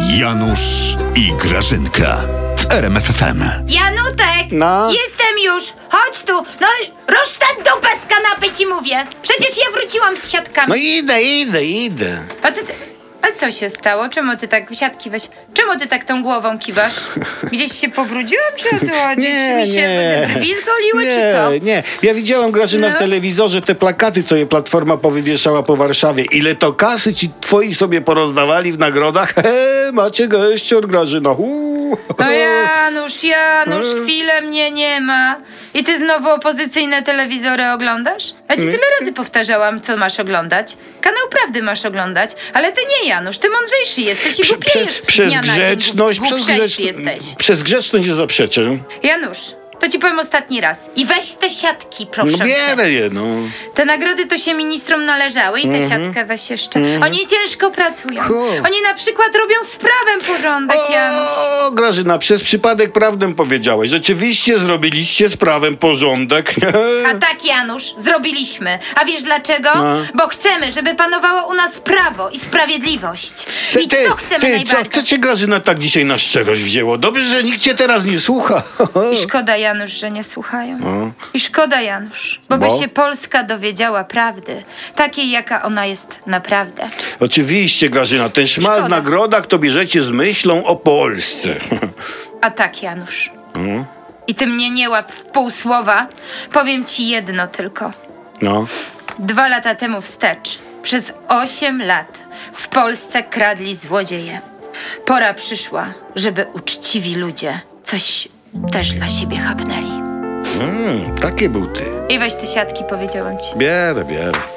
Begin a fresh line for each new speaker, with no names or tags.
Janusz i Grażynka w RMFFM.
Janutek!
No?
Jestem już! Chodź tu! No rusz tę dupę z kanapy ci mówię! Przecież ja wróciłam z siatkami.
No idę, idę, idę.
A co ty... A co się stało? Czemu ty tak siatki weź? Czemu ty tak tą głową kiwasz? Gdzieś się pobrudziłam, czy o co chodzi? Czy mi się brwi zgoliły, czy co?
nie, nie. Ja widziałem Grażyna
No.
w telewizorze te plakaty, co je Platforma powywieszała po Warszawie. Ile to kasy ci twoi sobie porozdawali w nagrodach? He, macie gościor, Grażyna. Uuu.
No Janusz, Janusz, chwilę mnie nie ma. I ty znowu opozycyjne telewizory oglądasz? Ja ci tyle razy powtarzałam, co masz oglądać. Kanał Prawdy masz oglądać, ale ty nie, Janusz, ty mądrzejszy jesteś i
Prze-
głupiejesz
prze- przez
dnia na dzień.
grzeczność,
Głup-
przez,
głupszejszy
grzecz...
jesteś.
przez grzeczność nie zaprzeczę.
Janusz, to ci powiem ostatni raz. I weź te siatki, proszę
No
cię.
bierę je, no.
Te nagrody to się ministrom należały i tę
Mhm.
siatkę weź jeszcze. Oni ciężko pracują.
Huh.
Oni na przykład robią z prawem porządek, Janusz.
O, Grażyna, przez przypadek prawdę powiedziałeś. Rzeczywiście zrobiliście z prawem porządek.
A tak, Janusz, zrobiliśmy. A wiesz dlaczego?
No.
Bo chcemy, żeby panowało u nas prawo i sprawiedliwość. I to chcemy
ty, co,
najbardziej.
co cię Grażyna tak dzisiaj na szczerość wzięło? Dobrze, że nikt cię teraz nie słucha.
I szkoda, Janusz, że nie słuchają. I szkoda, Janusz, bo,
No. Bo?
by się Polska dowiedziała prawdy, takiej, jaka ona jest naprawdę.
Oczywiście, Grażyna, ten szmal
Szkoda.
w nagrodach to bierzecie z myślą o Polsce.
A tak, Janusz.
No.
I ty mnie nie łap w pół słowa. Powiem ci jedno tylko.
No.
Dwa lata temu wstecz, przez osiem lat, w Polsce kradli złodzieje. Pora przyszła, żeby uczciwi ludzie coś też dla siebie chapnęli.
Mm, takie buty.
I weź te siatki, powiedziałam ci.
Bierę, bierę.